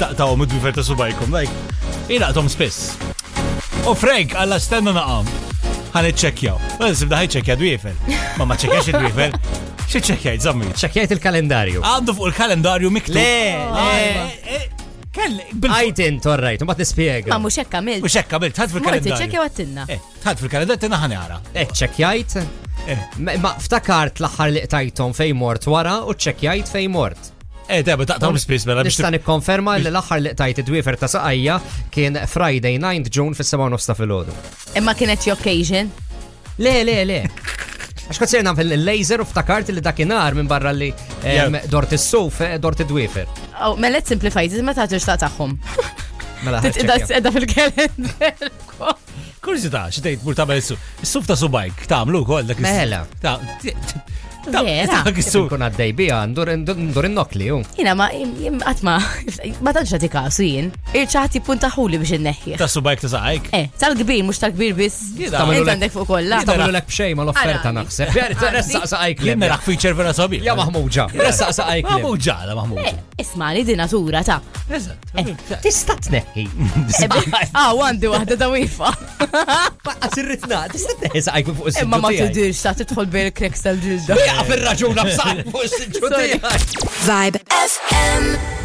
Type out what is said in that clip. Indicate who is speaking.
Speaker 1: daqtawhom id-dwifer ta' subajkom, like, jilaqtom spiss. U Frank, alla stenna naqam. Għan iċċekjaw. Għan sibda ħaj ċekja dwifer. Ma ma ċekjax id-dwifer. Xie ċekjaj, zammi.
Speaker 2: Xakjajt il-kalendarju.
Speaker 1: Għandu fuq il-kalendarju miktub. Ah, eh,
Speaker 2: Le,
Speaker 1: Kelli,
Speaker 2: Għajtin, torrajt, un bat nispiega.
Speaker 3: Ma mux hekk għamilt.
Speaker 1: U xekka, bil, tħad
Speaker 3: Morti,
Speaker 1: fil-kalendarju.
Speaker 3: ċekja għattinna.
Speaker 1: Eh, tħad fil-kalendarju, tina ħani Eh, għara.
Speaker 2: Eh, ċekjajt? Ma ma ftakart l-axar li qtajtom fej mort wara u ċekjajt fej mort.
Speaker 1: Eh, deba, taqtawhom spiss, mela biex
Speaker 2: Nista' nikkonferma li l-aħħar li qtajt id-dwifer ta' saqajja kien Friday 9 June fis-7 ta' filgħodu.
Speaker 3: Imma kienet occasion.
Speaker 2: Le, le, le. Għax kont sejna fil-laser u ftakart li dakinhar minn barra li em,
Speaker 1: Yeah.
Speaker 2: dort is-suf, eh, dort id-dwifer.
Speaker 3: Oh, ma let's simplify, ma taħġuġ ta' taħħom.
Speaker 1: Ah,
Speaker 2: Mela ħarċekja.
Speaker 3: Edda fil-kalender.
Speaker 1: Kurzita, xitejt mur tabel il-suf. Il-suf ta' subajk, tamlu kol dak il-suf.
Speaker 2: Mela.
Speaker 1: Ta' ta'
Speaker 3: Vera?
Speaker 1: dak il-suf.
Speaker 2: Kun għaddej bija, ndur ndur innokli, ju.
Speaker 3: Jina ma, jim- għatma, ma taġġa ti kasu jien. Irċaħti puntaħuli biex n-neħi.
Speaker 1: Ta' subajk ta' saqajk.
Speaker 3: Eh, tal-kbir, mux tal-kbir bis.
Speaker 1: Jina.
Speaker 3: Ejt għandek fuq kolla.
Speaker 2: Tamlu l-ek bxej ma l-offerta
Speaker 3: Għarani.
Speaker 2: naħseb. Veri, terressaq saqajk
Speaker 1: Jien
Speaker 2: li.
Speaker 1: narax feature vera sabi.
Speaker 2: Ja maħmuġa, ressaq saqajk li.
Speaker 1: Maħmuġ ġala, maħmuġ.
Speaker 3: Eh, Isma li di natura ta' Eh,
Speaker 1: Eżatt.
Speaker 2: Tista tneħi.
Speaker 3: Ah, għandi wahda da' wifa
Speaker 2: Baqqas irritna, tista tneħi saqajk fuq is-sitġu.
Speaker 3: Imma ma
Speaker 2: tiegħi.
Speaker 3: tidirx ta' tidħol bil kreksel ġilda
Speaker 2: Jaqaf ir-raġuna b'saqajk fuq is-sitġu
Speaker 3: Sorry.
Speaker 2: tiegħi.
Speaker 4: Vibe FM.